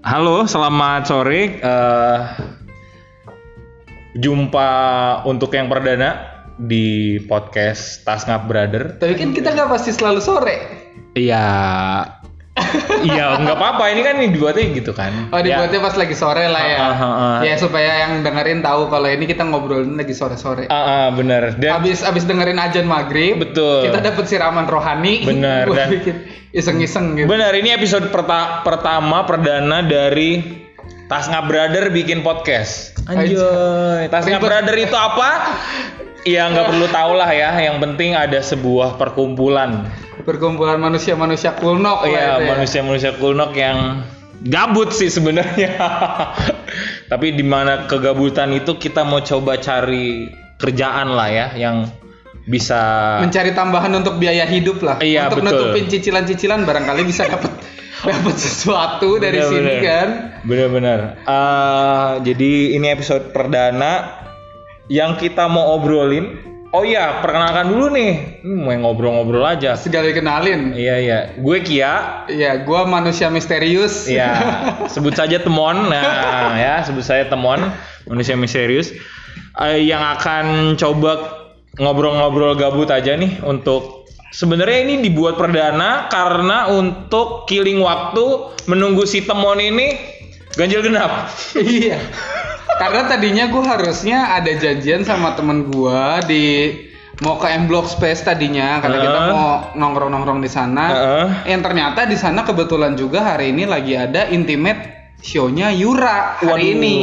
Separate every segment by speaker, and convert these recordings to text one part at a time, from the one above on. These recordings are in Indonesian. Speaker 1: Halo, selamat sore. Eh, jumpa untuk yang perdana di podcast Tasngap Brother.
Speaker 2: Tapi kan kita nggak pasti selalu sore.
Speaker 1: Iya, iya nggak apa-apa. Ini kan dibuatnya gitu kan.
Speaker 2: Oh dibuatnya pas lagi sore lah ya.
Speaker 1: Ah, ah, ah.
Speaker 2: Ya supaya yang dengerin tahu kalau ini kita ngobrolin lagi sore-sore.
Speaker 1: Ya, ah, ah, bener. Dan
Speaker 2: Abis abis dengerin ajan maghrib,
Speaker 1: betul.
Speaker 2: kita dapat siraman rohani.
Speaker 1: Benar,
Speaker 2: buat
Speaker 1: dan-
Speaker 2: bikin iseng-iseng gitu.
Speaker 1: Benar, ini episode perta- pertama perdana dari Tasngap Brother bikin podcast. Anjoy. Tasngap
Speaker 2: Ribet.
Speaker 1: Brother itu apa? Ya nggak perlu tahu lah ya. Yang penting ada sebuah perkumpulan.
Speaker 2: Perkumpulan manusia-manusia kulnok lah
Speaker 1: Iya,
Speaker 2: itu ya.
Speaker 1: manusia-manusia kulnok yang gabut sih sebenarnya. Tapi di mana kegabutan itu kita mau coba cari kerjaan lah ya yang bisa
Speaker 2: Mencari tambahan untuk biaya hidup lah.
Speaker 1: Iya,
Speaker 2: untuk
Speaker 1: betul.
Speaker 2: nutupin cicilan-cicilan barangkali bisa dapat dapat sesuatu dari sini
Speaker 1: Bener-bener.
Speaker 2: kan.
Speaker 1: Benar-benar. Eh, jadi ini episode perdana yang kita mau obrolin. Oh iya, perkenalkan dulu nih. Hmm, mau ngobrol-ngobrol aja.
Speaker 2: Segala dikenalin.
Speaker 1: Iya iya, gue Kia.
Speaker 2: Iya, gua manusia misterius.
Speaker 1: Iya, sebut saja Temon. Nah, ya sebut saya Temon, manusia misterius Eh, yang akan coba ngobrol-ngobrol gabut aja nih untuk sebenarnya ini dibuat perdana karena untuk killing waktu menunggu si Temon ini ganjil genap.
Speaker 2: Iya. Karena tadinya gue harusnya ada janjian sama temen gue di mau ke M Block Space tadinya karena kita
Speaker 1: Heeh.
Speaker 2: mau nongkrong-nongkrong di sana.
Speaker 1: Heeh.
Speaker 2: Yang ternyata di sana kebetulan juga hari ini lagi ada intimate show-nya Yura
Speaker 1: Waduh.
Speaker 2: hari ini.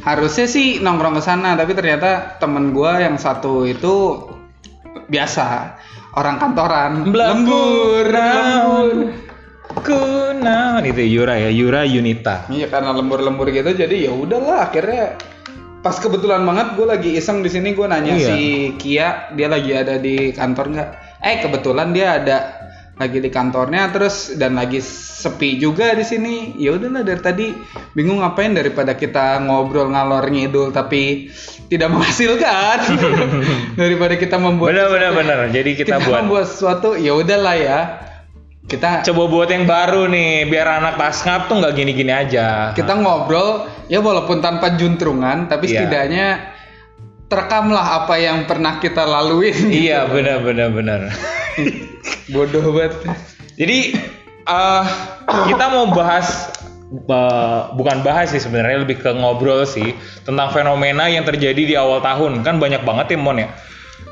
Speaker 2: Harusnya sih nongkrong ke sana, tapi ternyata temen gue yang satu itu biasa orang kantoran, lembur, lembur.
Speaker 1: Kunaon itu Yura ya, Yura Yunita.
Speaker 2: Iya karena lembur-lembur gitu jadi ya udahlah akhirnya pas kebetulan banget gue lagi iseng di sini gue nanya
Speaker 1: Iya.
Speaker 2: si Kia dia lagi ada di kantor nggak? Eh kebetulan dia ada lagi di kantornya terus dan lagi sepi juga di sini ya udahlah dari tadi bingung ngapain daripada kita ngobrol ngalor ngidul tapi tidak menghasilkan daripada kita membuat
Speaker 1: Benar benar benar. Jadi kita, buat
Speaker 2: membuat sesuatu ya udahlah ya kita
Speaker 1: coba buat yang baru nih biar anak tasngap tuh nggak gini-gini aja.
Speaker 2: kita ngobrol ya walaupun tanpa juntrungan tapi
Speaker 1: Iya.
Speaker 2: setidaknya terekamlah apa yang pernah kita laluin
Speaker 1: Iya benar benar benar.
Speaker 2: bodoh banget
Speaker 1: Jadi eh kita mau bahas eh, bukan bahas sih sebenarnya lebih ke ngobrol sih tentang fenomena yang terjadi di awal tahun kan banyak banget ya Mon ya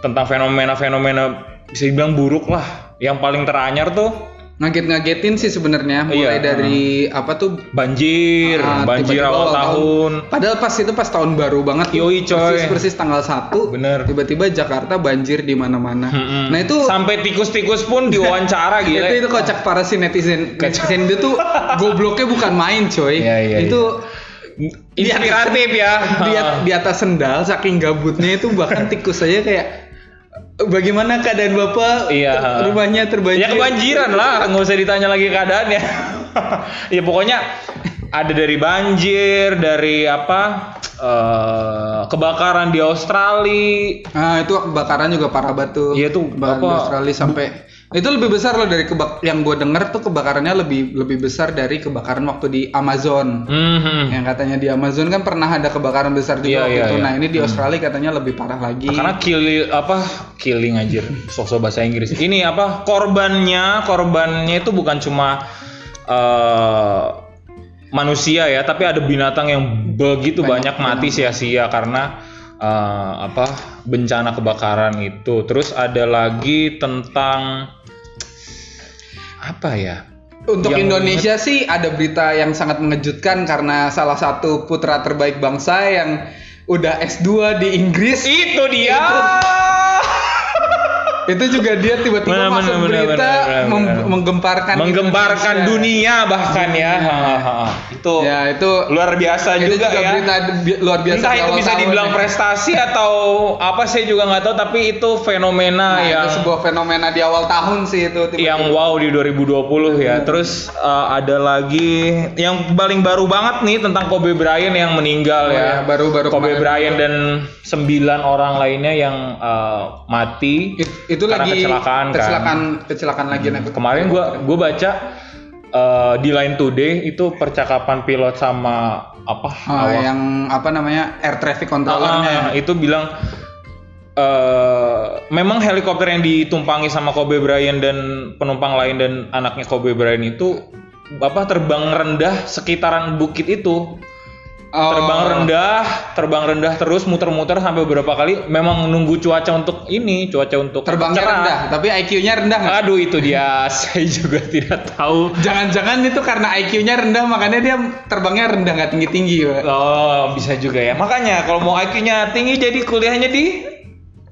Speaker 1: tentang fenomena-fenomena bisa dibilang buruk lah yang paling teranyar tuh
Speaker 2: ngaget-ngagetin sih sebenarnya
Speaker 1: Iya.
Speaker 2: mulai dari apa tuh
Speaker 1: banjir
Speaker 2: ah,
Speaker 1: banjir
Speaker 2: tiba-tiba
Speaker 1: awal tahun
Speaker 2: padahal pas itu pas tahun baru banget tuh.
Speaker 1: Yoi, coy.
Speaker 2: persis persis tanggal 1
Speaker 1: Bener.
Speaker 2: tiba-tiba Jakarta banjir di mana-mana
Speaker 1: Mm-mm.
Speaker 2: nah itu
Speaker 1: sampai tikus-tikus pun diwawancara gitu
Speaker 2: itu itu kocak para si netizen netizen itu tuh gobloknya bukan main coy
Speaker 1: Iya, iya,
Speaker 2: itu
Speaker 1: inspiratif ya
Speaker 2: di, at- di atas sendal saking gabutnya itu bahkan tikus aja kayak bagaimana keadaan bapak
Speaker 1: Iya.
Speaker 2: Ter- rumahnya terbanjir
Speaker 1: Ya kebanjiran lah, nggak usah ditanya lagi keadaannya. ya pokoknya ada dari banjir, dari apa eh, kebakaran di Australia.
Speaker 2: nah itu kebakaran juga parah batu
Speaker 1: Iya, itu
Speaker 2: kebakaran di
Speaker 1: bapak-
Speaker 2: Australia sampai itu lebih besar loh dari kebak yang gue denger tuh kebakarannya lebih lebih besar dari kebakaran waktu di Amazon
Speaker 1: Mhm.
Speaker 2: yang katanya di Amazon kan pernah ada kebakaran besar
Speaker 1: Iya,
Speaker 2: juga waktu
Speaker 1: iya,
Speaker 2: itu
Speaker 1: iya.
Speaker 2: nah ini di Australia katanya lebih parah lagi
Speaker 1: Karena killing apa killing anjir, sosok bahasa Inggris. Ini apa korbannya? Korbannya itu bukan cuma eh, manusia ya, tapi ada binatang yang begitu banyak, Iya.
Speaker 2: Banyak
Speaker 1: mati sia-sia karena eh, apa bencana kebakaran itu. Terus ada lagi tentang apa ya?
Speaker 2: Untuk
Speaker 1: Yang
Speaker 2: Indonesia sih ada berita yang sangat mengejutkan karena salah satu putra terbaik bangsa yang udah S2 di Inggris
Speaker 1: Itu dia.
Speaker 2: itu juga dia tiba-tiba
Speaker 1: Benar, benar, benar,
Speaker 2: masuk berita
Speaker 1: benar, benar,
Speaker 2: mem-
Speaker 1: benar.
Speaker 2: menggemparkan
Speaker 1: Kan Menggemparkan
Speaker 2: Indonesia.
Speaker 1: dunia bahkan ya. Ha, ha, ha. Itu
Speaker 2: Ya itu
Speaker 1: luar biasa
Speaker 2: itu
Speaker 1: juga, ya.
Speaker 2: berita bi- luar biasa
Speaker 1: Entah
Speaker 2: di
Speaker 1: itu
Speaker 2: awal
Speaker 1: bisa
Speaker 2: tahun
Speaker 1: dibilang
Speaker 2: ya.
Speaker 1: prestasi atau apa saya juga nggak tahu tapi itu fenomena
Speaker 2: Nah,
Speaker 1: yang
Speaker 2: itu sebuah fenomena di awal tahun sih itu tiba-tiba.
Speaker 1: yang wow di 2020
Speaker 2: Hmm.
Speaker 1: ya. Terus eh, ada lagi yang paling baru banget nih tentang Kobe Bryant yang meninggal
Speaker 2: Oh
Speaker 1: ya.
Speaker 2: ya, baru-baru
Speaker 1: Kobe Bryant
Speaker 2: kemarin.
Speaker 1: dan 9 orang lainnya yang eh, mati
Speaker 2: It- itu
Speaker 1: karena
Speaker 2: lagi
Speaker 1: kecelakaan kan. Hmm.
Speaker 2: kecelakaan kecelakaan lagi nah,
Speaker 1: Kemarin gua gua baca eh, di Line Today itu percakapan pilot sama apa
Speaker 2: Ah,
Speaker 1: awak-
Speaker 2: yang apa namanya air
Speaker 1: Ah,
Speaker 2: traffic controllernya ya.
Speaker 1: itu bilang eh memang helikopter yang ditumpangi sama Kobe Bryant dan penumpang lain dan anaknya Kobe Bryant itu apa terbang rendah sekitaran bukit itu
Speaker 2: Oh,
Speaker 1: terbang rendah terbang rendah terus muter-muter sampai beberapa kali memang nunggu cuaca untuk ini cuaca untuk
Speaker 2: terbangnya
Speaker 1: cerah.
Speaker 2: rendah tapi IQ-nya rendah nggak?
Speaker 1: aduh itu dia saya juga tidak tahu
Speaker 2: jangan-jangan itu karena IQ-nya rendah makanya dia terbangnya rendah nggak tinggi-tinggi Pak.
Speaker 1: oh bisa juga ya makanya kalau mau IQ-nya tinggi jadi kuliahnya di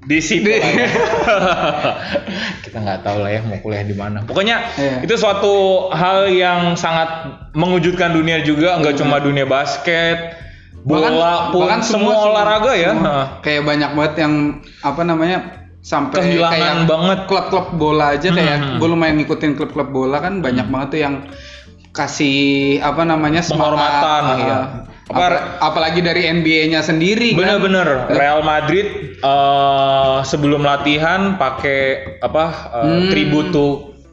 Speaker 1: di situ
Speaker 2: Di-
Speaker 1: lah ya. kita nggak tahu lah ya mau kuliah di mana pokoknya
Speaker 2: Iya.
Speaker 1: itu suatu hal yang sangat mengejutkan dunia juga
Speaker 2: Iya.
Speaker 1: nggak cuma dunia basket bola pun semua, olahraga ya
Speaker 2: semua.
Speaker 1: Nah.
Speaker 2: kayak banyak banget yang apa namanya sampai
Speaker 1: Kehilangan
Speaker 2: kayak
Speaker 1: banget.
Speaker 2: klub-klub bola aja kayak
Speaker 1: Hmm.
Speaker 2: gue lumayan ngikutin klub-klub bola kan banyak banget tuh yang kasih apa namanya semangat,
Speaker 1: Penghormatan,
Speaker 2: ah,
Speaker 1: iya.
Speaker 2: apa- apalagi dari NBA-nya sendiri kan.
Speaker 1: Bener-bener Real Madrid eh, sebelum latihan pakai apa eh,
Speaker 2: Hmm.
Speaker 1: tribute to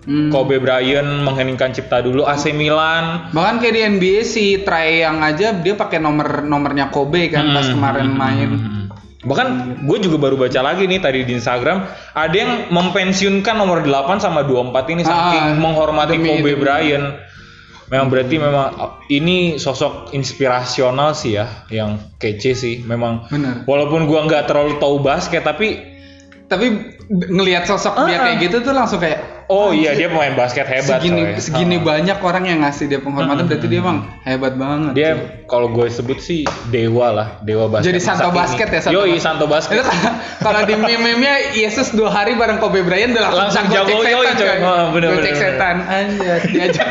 Speaker 2: Hmm.
Speaker 1: Kobe Bryant mengheningkan cipta dulu AC Milan
Speaker 2: Bahkan kayak di NBA si Trae yang aja dia pakai nomor nomornya Kobe kan pas
Speaker 1: Hmm,
Speaker 2: kemarin
Speaker 1: hmm,
Speaker 2: main.
Speaker 1: hmm, hmm. Bahkan gue juga baru baca lagi nih tadi di Instagram ada yang mempensiunkan nomor 8 sama 24 ini saking
Speaker 2: Ah,
Speaker 1: menghormati
Speaker 2: demi-
Speaker 1: Kobe
Speaker 2: demi. Hmm.
Speaker 1: Bryant. Memang berarti memang ini sosok inspirasional sih ya yang kece sih memang.
Speaker 2: Bener.
Speaker 1: Walaupun gua nggak terlalu tahu basket tapi
Speaker 2: Tapi b- ngelihat sosok dia
Speaker 1: Ah.
Speaker 2: kayak gitu tuh langsung kayak
Speaker 1: oh iya dia pemain basket hebat
Speaker 2: segini
Speaker 1: coy. Ah.
Speaker 2: segini banyak orang yang ngasih dia penghormatan berarti dia emang hebat banget.
Speaker 1: dia
Speaker 2: cuy.
Speaker 1: kalau gue sebut sih dewa lah dewa basket
Speaker 2: jadi
Speaker 1: masa
Speaker 2: Santo
Speaker 1: kini.
Speaker 2: Basket ya Santo
Speaker 1: yoi
Speaker 2: Basket.
Speaker 1: Santo Basket
Speaker 2: Itu kan- kalau di meme-memenya Yesus dua hari bareng Kobe Bryant udah langsung,
Speaker 1: Langsung jago,
Speaker 2: gocek
Speaker 1: yoi,
Speaker 2: setan,
Speaker 1: coy.
Speaker 2: coy.
Speaker 1: Oh, bener, bener,
Speaker 2: Gocek
Speaker 1: bener.
Speaker 2: setan anjir diajak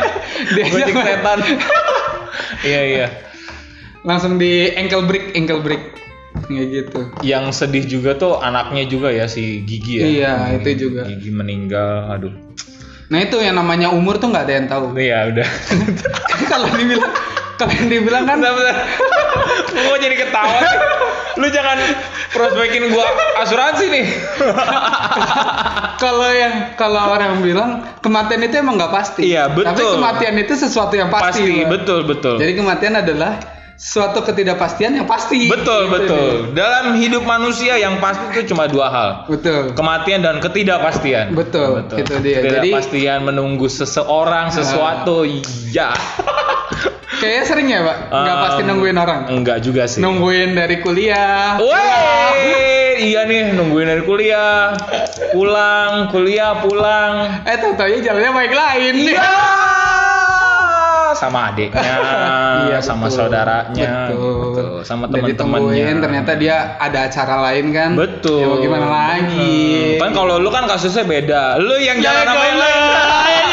Speaker 2: diajak
Speaker 1: Gocek setan. iya iya
Speaker 2: langsung di ankle break ankle break kayak gitu
Speaker 1: yang sedih juga tuh anaknya juga ya si Gigi ya.
Speaker 2: Iya,
Speaker 1: Hmm,
Speaker 2: itu juga.
Speaker 1: Gigi meninggal, aduh.
Speaker 2: Nah itu yang namanya umur tuh nggak ada yang tahu.
Speaker 1: Iya udah.
Speaker 2: kalau dibilang kalau yang dibilang kan
Speaker 1: Bentar-bentar. gua jadi ketawa. sih? Lu jangan prospekin gua asuransi nih.
Speaker 2: kalau yang kalau orang bilang kematian itu emang nggak pasti.
Speaker 1: Iya,
Speaker 2: Tapi
Speaker 1: betul.
Speaker 2: kematian itu sesuatu yang pasti.
Speaker 1: Pasti,
Speaker 2: Bang.
Speaker 1: betul betul.
Speaker 2: Jadi kematian adalah suatu ketidakpastian yang pasti.
Speaker 1: betul
Speaker 2: Gitu
Speaker 1: betul.
Speaker 2: deh.
Speaker 1: Dalam hidup manusia yang pasti itu cuma dua hal.
Speaker 2: Betul.
Speaker 1: Kematian dan ketidakpastian.
Speaker 2: Betul, itu dia. Jadi-
Speaker 1: Ketidakpastian menunggu seseorang, sesuatu, ya.
Speaker 2: Kayaknya sering ya pak. Nggak
Speaker 1: Em,
Speaker 2: pasti nungguin orang.
Speaker 1: Enggak juga sih.
Speaker 2: Nungguin dari kuliah.
Speaker 1: Woi, iya nih nungguin dari kuliah, pulang, kuliah, pulang.
Speaker 2: Eh tahu-tahu jalannya baik lain.
Speaker 1: Iya. Ah, sama adiknya, Ah, sama
Speaker 2: Iya, betul.
Speaker 1: saudaranya,
Speaker 2: betul,
Speaker 1: betul. sama
Speaker 2: Udah
Speaker 1: teman-temannya.
Speaker 2: ditungguin, ternyata dia ada acara lain kan
Speaker 1: betul.
Speaker 2: ya mau gimana lagi
Speaker 1: Hmm, Kan kalau lu kan kasusnya beda. Lu yang
Speaker 2: Ya,
Speaker 1: jalan sama yang
Speaker 2: kalau-
Speaker 1: lain.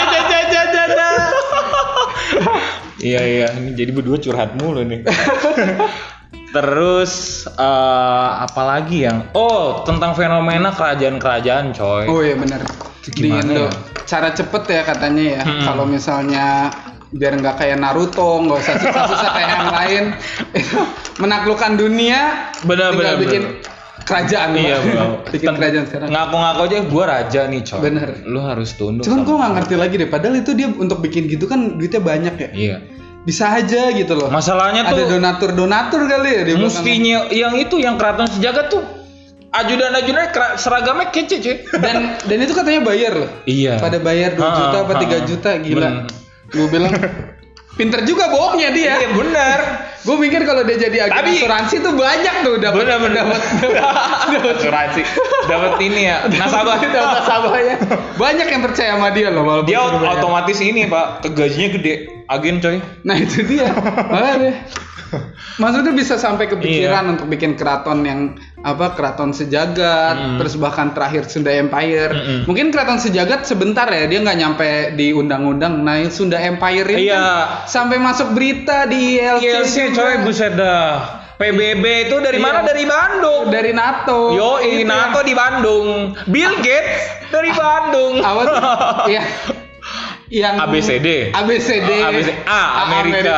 Speaker 1: Iya iya, ini jadi berdua curhat mulu nih. Terus eh, apa lagi yang oh tentang fenomena kerajaan-kerajaan coy.
Speaker 2: oh iya benar di
Speaker 1: gitu. gimana
Speaker 2: Indo
Speaker 1: ya?
Speaker 2: cara cepet ya katanya ya
Speaker 1: Hmm.
Speaker 2: kalau misalnya biar nggak kayak Naruto nggak usah susah-susah kayak yang lain Itu menaklukkan dunia
Speaker 1: Benar,
Speaker 2: tinggal
Speaker 1: benar,
Speaker 2: bikin kerajaan
Speaker 1: Iya
Speaker 2: Pak.
Speaker 1: bro.
Speaker 2: bikin
Speaker 1: Ten-
Speaker 2: kerajaan sekarang
Speaker 1: Ngaku-ngaku aja gue raja nih coy.
Speaker 2: Bener.
Speaker 1: Lu harus tunduk.
Speaker 2: cuman gue
Speaker 1: sama-
Speaker 2: nggak ngerti lagi deh padahal itu dia untuk bikin gitu kan duitnya banyak ya
Speaker 1: Iya.
Speaker 2: bisa aja gitu loh
Speaker 1: Masalahnya
Speaker 2: ada
Speaker 1: tuh
Speaker 2: donatur donatur kali ya di belakang.
Speaker 1: mustinya yang itu yang keraton sejagat tuh ajudan-ajudan kera- seragamnya kece cuy.
Speaker 2: dan dan itu katanya bayar loh
Speaker 1: Iya.
Speaker 2: pada bayar 2
Speaker 1: Ah,
Speaker 2: juta apa
Speaker 1: ah,
Speaker 2: 3 juta gila
Speaker 1: bener.
Speaker 2: gue bilang pinter juga bohongnya dia
Speaker 1: Iya bener.
Speaker 2: gue mikir kalau dia jadi agen
Speaker 1: Tapi-
Speaker 2: asuransi tuh banyak tuh dapat
Speaker 1: Bener bener. Asuransi. Dapat ini ya. Nasabah.
Speaker 2: dapat nasabahnya banyak yang percaya sama dia loh walaupun
Speaker 1: Dia
Speaker 2: suruh bayar.
Speaker 1: otomatis ini pak. Gajinya gede. Agen coy.
Speaker 2: nah itu dia makanya maksudnya bisa sampai kepikiran
Speaker 1: Iya.
Speaker 2: untuk bikin keraton yang apa keraton sejagat
Speaker 1: Mm.
Speaker 2: terus bahkan terakhir Sunda Empire
Speaker 1: Mm-mm.
Speaker 2: mungkin keraton sejagat sebentar ya dia nggak nyampe di undang-undang nah yang Sunda Empire ini
Speaker 1: Iya.
Speaker 2: kan sampai masuk berita di
Speaker 1: ILC
Speaker 2: ILC, juga.
Speaker 1: Iya, coy buset dah. PBB itu dari mana?
Speaker 2: Iya.
Speaker 1: Dari Bandung.
Speaker 2: dari NATO Iya.
Speaker 1: Yo,
Speaker 2: Itu yang-
Speaker 1: NATO di Bandung. Bill Gates dari Bandung.
Speaker 2: apa tuh? Iya. yang
Speaker 1: ABCD.
Speaker 2: ABCD
Speaker 1: A, ABC. Oh, A, Amerika.
Speaker 2: Amerika.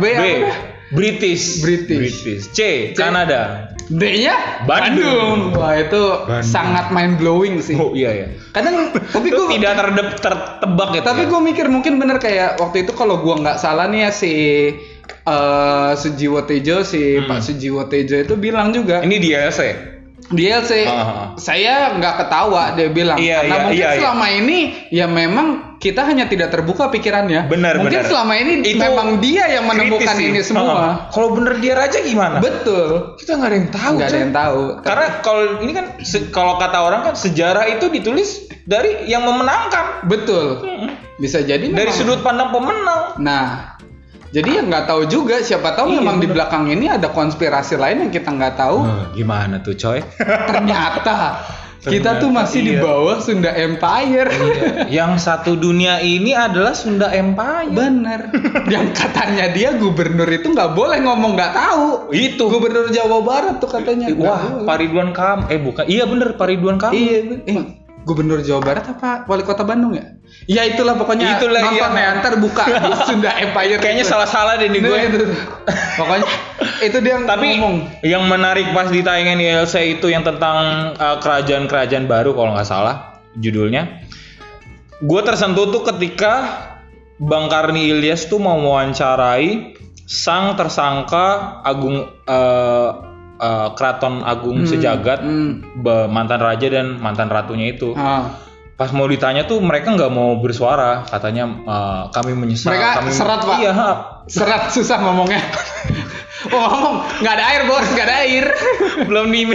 Speaker 2: B, apa?
Speaker 1: British.
Speaker 2: British.
Speaker 1: British. C, Kanada.
Speaker 2: D D-nya
Speaker 1: Bandung.
Speaker 2: Bandung. Wah, itu
Speaker 3: Bandung.
Speaker 2: sangat mind blowing sih.
Speaker 1: Oh iya ya.
Speaker 2: Kadang tapi
Speaker 1: Itu
Speaker 2: gue
Speaker 1: tidak terdep, tertebak gitu.
Speaker 2: tapi
Speaker 1: ya.
Speaker 2: gue mikir mungkin bener kayak waktu itu kalau gua nggak salah nih ya si eh Sujiwo Tejo si
Speaker 1: Hmm.
Speaker 2: Pak Sujiwo Tejo itu bilang juga
Speaker 1: ini dia saya.
Speaker 2: dia sih
Speaker 1: Ah.
Speaker 2: saya nggak ketawa dia bilang
Speaker 1: Iya,
Speaker 2: karena
Speaker 1: iya,
Speaker 2: mungkin
Speaker 1: iya, iya.
Speaker 2: selama ini ya memang kita hanya tidak terbuka pikirannya
Speaker 1: Benar,
Speaker 2: mungkin
Speaker 1: benar.
Speaker 2: selama ini
Speaker 1: Itu
Speaker 2: memang dia yang menemukan ini semua
Speaker 1: Kalau bener dia raja gimana?
Speaker 2: betul
Speaker 1: Nah. Kita nggak ada yang tahu.
Speaker 2: nggak ada
Speaker 1: Chan.
Speaker 2: yang tahu
Speaker 1: Karena kalau ini kan se- kalau kata orang kan sejarah itu ditulis dari yang memenangkan.
Speaker 2: betul bisa jadi
Speaker 1: Dari
Speaker 2: memang-
Speaker 1: sudut Iya, pandang pemenang.
Speaker 2: Nah, jadi ya nggak tahu juga siapa tahu memang di belakang ini ada konspirasi lain yang kita nggak tahu.
Speaker 1: Hmm, gimana tuh coy?
Speaker 2: Ternyata kita tuh masih di
Speaker 1: iya.
Speaker 2: bawah Sunda Empire. Iya.
Speaker 1: yang satu dunia ini adalah Sunda Empire.
Speaker 2: Bener. Yang katanya dia gubernur itu nggak boleh ngomong nggak tahu.
Speaker 1: Itu.
Speaker 2: Gubernur Jawa Barat tuh katanya. nggak
Speaker 1: Wah,
Speaker 2: boleh.
Speaker 1: Pariduan Kam. Eh bukan. Iya bener Pariduan Kam.
Speaker 2: Iya, ben- eh, Gubernur Jawa Barat apa wali kota Bandung ya? Ya itulah pokoknya
Speaker 1: Itulah,
Speaker 2: nonton
Speaker 1: iya.
Speaker 2: ya, ntar buka di Sunda Empire.
Speaker 1: Kayaknya
Speaker 2: itu.
Speaker 1: salah-salah deh nih
Speaker 2: Nah,
Speaker 1: gue.
Speaker 2: itu. Pokoknya itu dia yang
Speaker 1: Tapi
Speaker 2: ngomong.
Speaker 1: yang menarik pas di tayangan ILC itu yang tentang uh, kerajaan-kerajaan baru kalau nggak salah judulnya. Gue tersentuh tuh ketika Bang Karni Ilyas tuh mau mewawancarai sang tersangka Agung uh, uh, Keraton Agung Sejagat
Speaker 2: Hmm.
Speaker 1: be- mantan raja dan mantan ratunya itu.
Speaker 2: Ah.
Speaker 1: Pas mau ditanya tuh mereka nggak mau bersuara, katanya uh, kami menyesal.
Speaker 2: Mereka
Speaker 1: kami
Speaker 2: serat, Pak.
Speaker 1: Iya, ha.
Speaker 2: Serat susah ngomongnya. Oh, ngomong nggak ada air bos, nggak ada air.
Speaker 1: belum di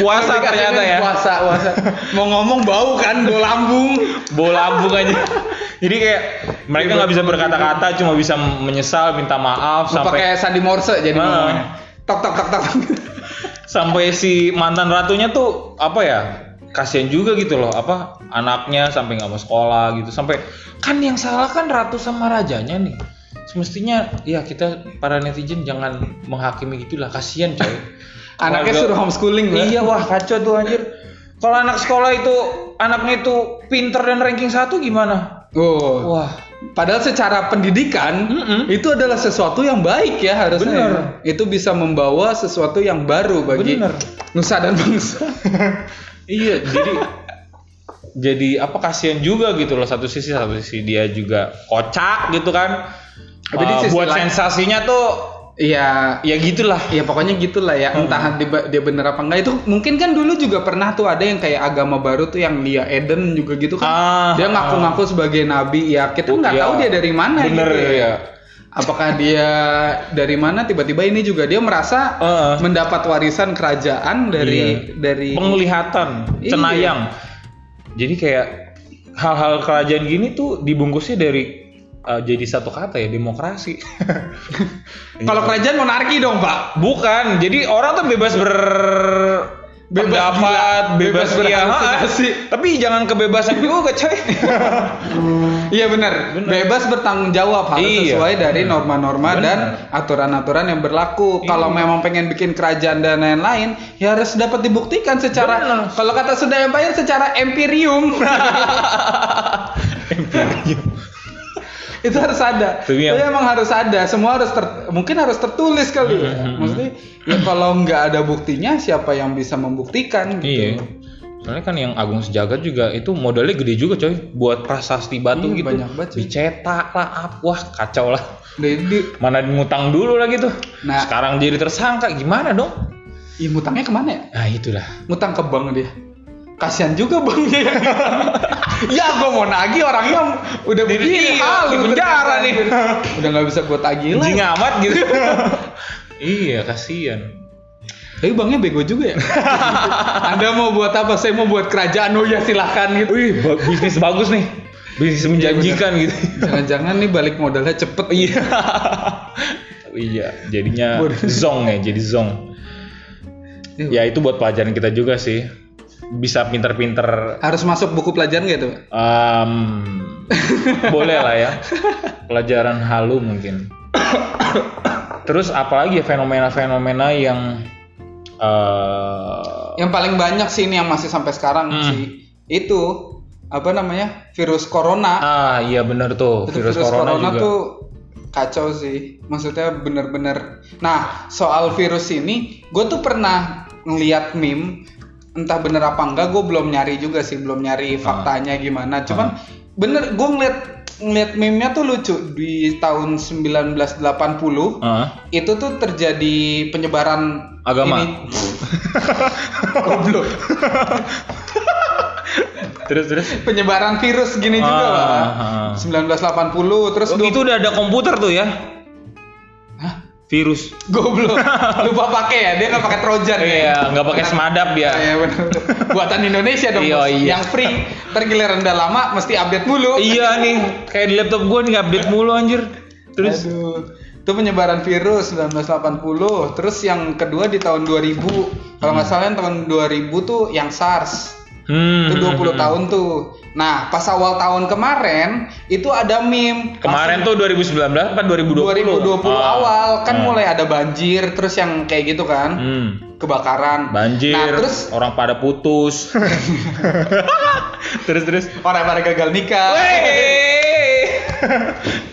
Speaker 1: puasa
Speaker 2: Dikasih
Speaker 1: ternyata
Speaker 2: minum
Speaker 1: ya.
Speaker 2: Puasa, puasa. Mau ngomong bau kan, bau lambung.
Speaker 1: bola lambung aja. Jadi kayak mereka nggak bisa berkata-kata, cuma bisa menyesal, minta maaf
Speaker 2: Iya, Lu
Speaker 1: sampai
Speaker 2: pakai sandi morse
Speaker 1: Ah.
Speaker 2: jadi ngomongnya. Tok tok tok tok.
Speaker 1: sampai si mantan ratunya tuh apa ya? Kasihan juga gitu loh, apa anaknya sampai nggak mau sekolah gitu, sampai kan yang salah kan ratu sama rajanya nih. Semestinya ya kita para netizen jangan menghakimi gitulah, kasihan coy.
Speaker 2: Anaknya
Speaker 1: Warga-
Speaker 2: suruh homeschooling lah.
Speaker 1: Iya wah kacau tuh anjir. Kalau anak sekolah itu anaknya itu pinter dan ranking satu gimana?
Speaker 2: Oh.
Speaker 1: Wah,
Speaker 2: Padahal secara pendidikan
Speaker 1: Mm-mm.
Speaker 2: itu adalah sesuatu yang baik ya harusnya.
Speaker 1: Bener.
Speaker 2: Itu bisa membawa sesuatu yang baru bagi
Speaker 1: Bener.
Speaker 2: nusa dan bangsa.
Speaker 1: Iya, jadi jadi apa kasihan juga gitu loh satu sisi satu sisi dia juga kocak gitu kan.
Speaker 2: Tapi di
Speaker 1: Eh,
Speaker 2: sisi
Speaker 1: buat
Speaker 2: lain-
Speaker 1: sensasinya tuh
Speaker 2: Iya,
Speaker 1: ya gitulah.
Speaker 2: Ya pokoknya gitulah ya,
Speaker 1: Hmm.
Speaker 2: entah dia, dia bener apa enggak itu mungkin kan dulu juga pernah tuh ada yang kayak agama baru tuh yang Lia Eden juga gitu kan.
Speaker 1: Ah,
Speaker 2: dia ngaku-ngaku sebagai nabi ya, kita nggak
Speaker 1: Iya.
Speaker 2: tahu dia dari mana
Speaker 1: Bener
Speaker 2: gitu
Speaker 1: ya.
Speaker 2: Apakah dia dari mana tiba-tiba ini juga dia merasa eh,
Speaker 1: Heeh.
Speaker 2: mendapat warisan kerajaan dari dari
Speaker 1: Penglihatan,
Speaker 2: Iya.
Speaker 1: cenayang. Jadi kayak hal-hal kerajaan gini tuh dibungkusnya dari eh, jadi satu kata ya demokrasi.
Speaker 2: Kalau kerajaan monarki dong, Pak.
Speaker 1: Bukan, jadi orang tuh bebas ber
Speaker 2: Bebas
Speaker 1: pendapat,
Speaker 2: gila,
Speaker 1: bebas,
Speaker 2: bebas
Speaker 1: iya, ha,
Speaker 2: berhalusinasi.
Speaker 1: Tapi jangan kebebasan juga, coy.
Speaker 2: Iya benar, bebas bertanggung jawab harus
Speaker 1: Iya.
Speaker 2: sesuai dari norma-norma
Speaker 1: Benar. Iya.
Speaker 2: dan aturan-aturan yang berlaku. Kalau memang pengen bikin kerajaan dan lain-lain, ya harus dapat dibuktikan secara kalau kata sudah empire secara empirium. Itu harus ada.
Speaker 1: Itu
Speaker 2: Itu
Speaker 1: yang-
Speaker 2: emang harus ada. Semua harus ter- mungkin harus tertulis kali ya.
Speaker 1: Mm-hmm.
Speaker 2: Maksudnya ya kalau nggak ada buktinya siapa yang bisa membuktikan
Speaker 1: Iya.
Speaker 2: gitu.
Speaker 1: Soalnya kan yang Agung Sejagat juga itu modalnya gede juga coy buat prasasti batu
Speaker 2: Iya,
Speaker 1: gitu.
Speaker 2: banyak banget, coy.
Speaker 1: Dicetak lah, ap- wah kacau lah.
Speaker 2: Jadi
Speaker 1: Mana ngutang dulu lah gitu.
Speaker 2: Nah.
Speaker 1: Sekarang jadi tersangka gimana dong?
Speaker 2: ya, ngutangnya kemana ya?
Speaker 1: Nah itulah.
Speaker 2: ngutang ke bank dia kasihan juga banknya ya gue mau nagih orangnya udah begini
Speaker 1: iya,
Speaker 2: halu
Speaker 1: di penjara
Speaker 2: ternyata,
Speaker 1: nih.
Speaker 2: anjir. udah nggak bisa gue tagih
Speaker 1: Anjing
Speaker 2: lagi
Speaker 1: amat gitu. iya kasihan.
Speaker 2: tapi banknya bego juga ya anda mau buat apa saya mau buat kerajaan oh ya silahkan gitu
Speaker 1: Wih, ba- bisnis bagus nih. Bisnis menjanjikan gitu.
Speaker 2: jangan-jangan nih balik modalnya cepet iya
Speaker 1: iya, jadinya
Speaker 2: Bodoh.
Speaker 1: zong ya, jadi zong. Ya itu buat pelajaran kita juga sih. Bisa pinter-pinter
Speaker 2: harus masuk buku pelajaran gitu
Speaker 1: Em, boleh lah ya. Pelajaran halu mungkin. Terus apalagi ya fenomena-fenomena yang eh,
Speaker 2: yang paling banyak sih ini yang masih sampai sekarang
Speaker 1: Hmm.
Speaker 2: sih itu apa namanya virus corona
Speaker 1: ah iya bener tuh
Speaker 2: Itu
Speaker 1: virus, corona, juga.
Speaker 2: tuh kacau sih. Maksudnya bener-bener. Nah, soal virus ini, gue tuh pernah ngeliat meme entah bener apa enggak gue belum nyari juga sih
Speaker 1: Ah.
Speaker 2: belum nyari faktanya gimana cuman bener gue ngeliat ngeliat meme-nya tuh lucu di tahun 1980
Speaker 1: Heeh.
Speaker 2: itu tuh terjadi penyebaran
Speaker 1: Agama.
Speaker 2: ini. Goblok.
Speaker 1: terus terus.
Speaker 2: penyebaran virus gini
Speaker 1: Ah,
Speaker 2: juga Pak.
Speaker 1: ah.
Speaker 2: 1980 terus
Speaker 1: Oh,
Speaker 2: dua-
Speaker 1: itu udah ada komputer tuh ya?
Speaker 2: Hah?
Speaker 1: Virus.
Speaker 2: Goblok. Lupa pakai ya, dia nggak pakai Trojan ya.
Speaker 1: Iya, nggak pakai semadap ya.
Speaker 2: Iya benar. Buatan Indonesia dong.
Speaker 1: Iya,
Speaker 2: Bos.
Speaker 1: iya.
Speaker 2: Yang free, tergiliran udah lama mesti update mulu.
Speaker 1: iya nih, kayak di laptop gua nih update mulu anjir. Terus
Speaker 2: Aduh. Itu penyebaran virus 1980. Terus yang kedua di tahun 2000. Kalau nggak salah yang tahun 2000 tuh yang SARS.
Speaker 1: hmm.
Speaker 2: Itu 20 tahun tuh. Nah, pas awal tahun kemarin itu ada meme.
Speaker 1: Kemarin tuh 2019 apa
Speaker 2: 2020
Speaker 1: 2020? Ah.
Speaker 2: awal
Speaker 1: Ah.
Speaker 2: kan mulai ada banjir terus yang kayak gitu kan.
Speaker 1: Hmm.
Speaker 2: Kebakaran.
Speaker 1: Banjir,
Speaker 2: Nah, terus
Speaker 1: orang pada putus. terus terus.
Speaker 2: orang pada gagal nikah.
Speaker 1: Wey!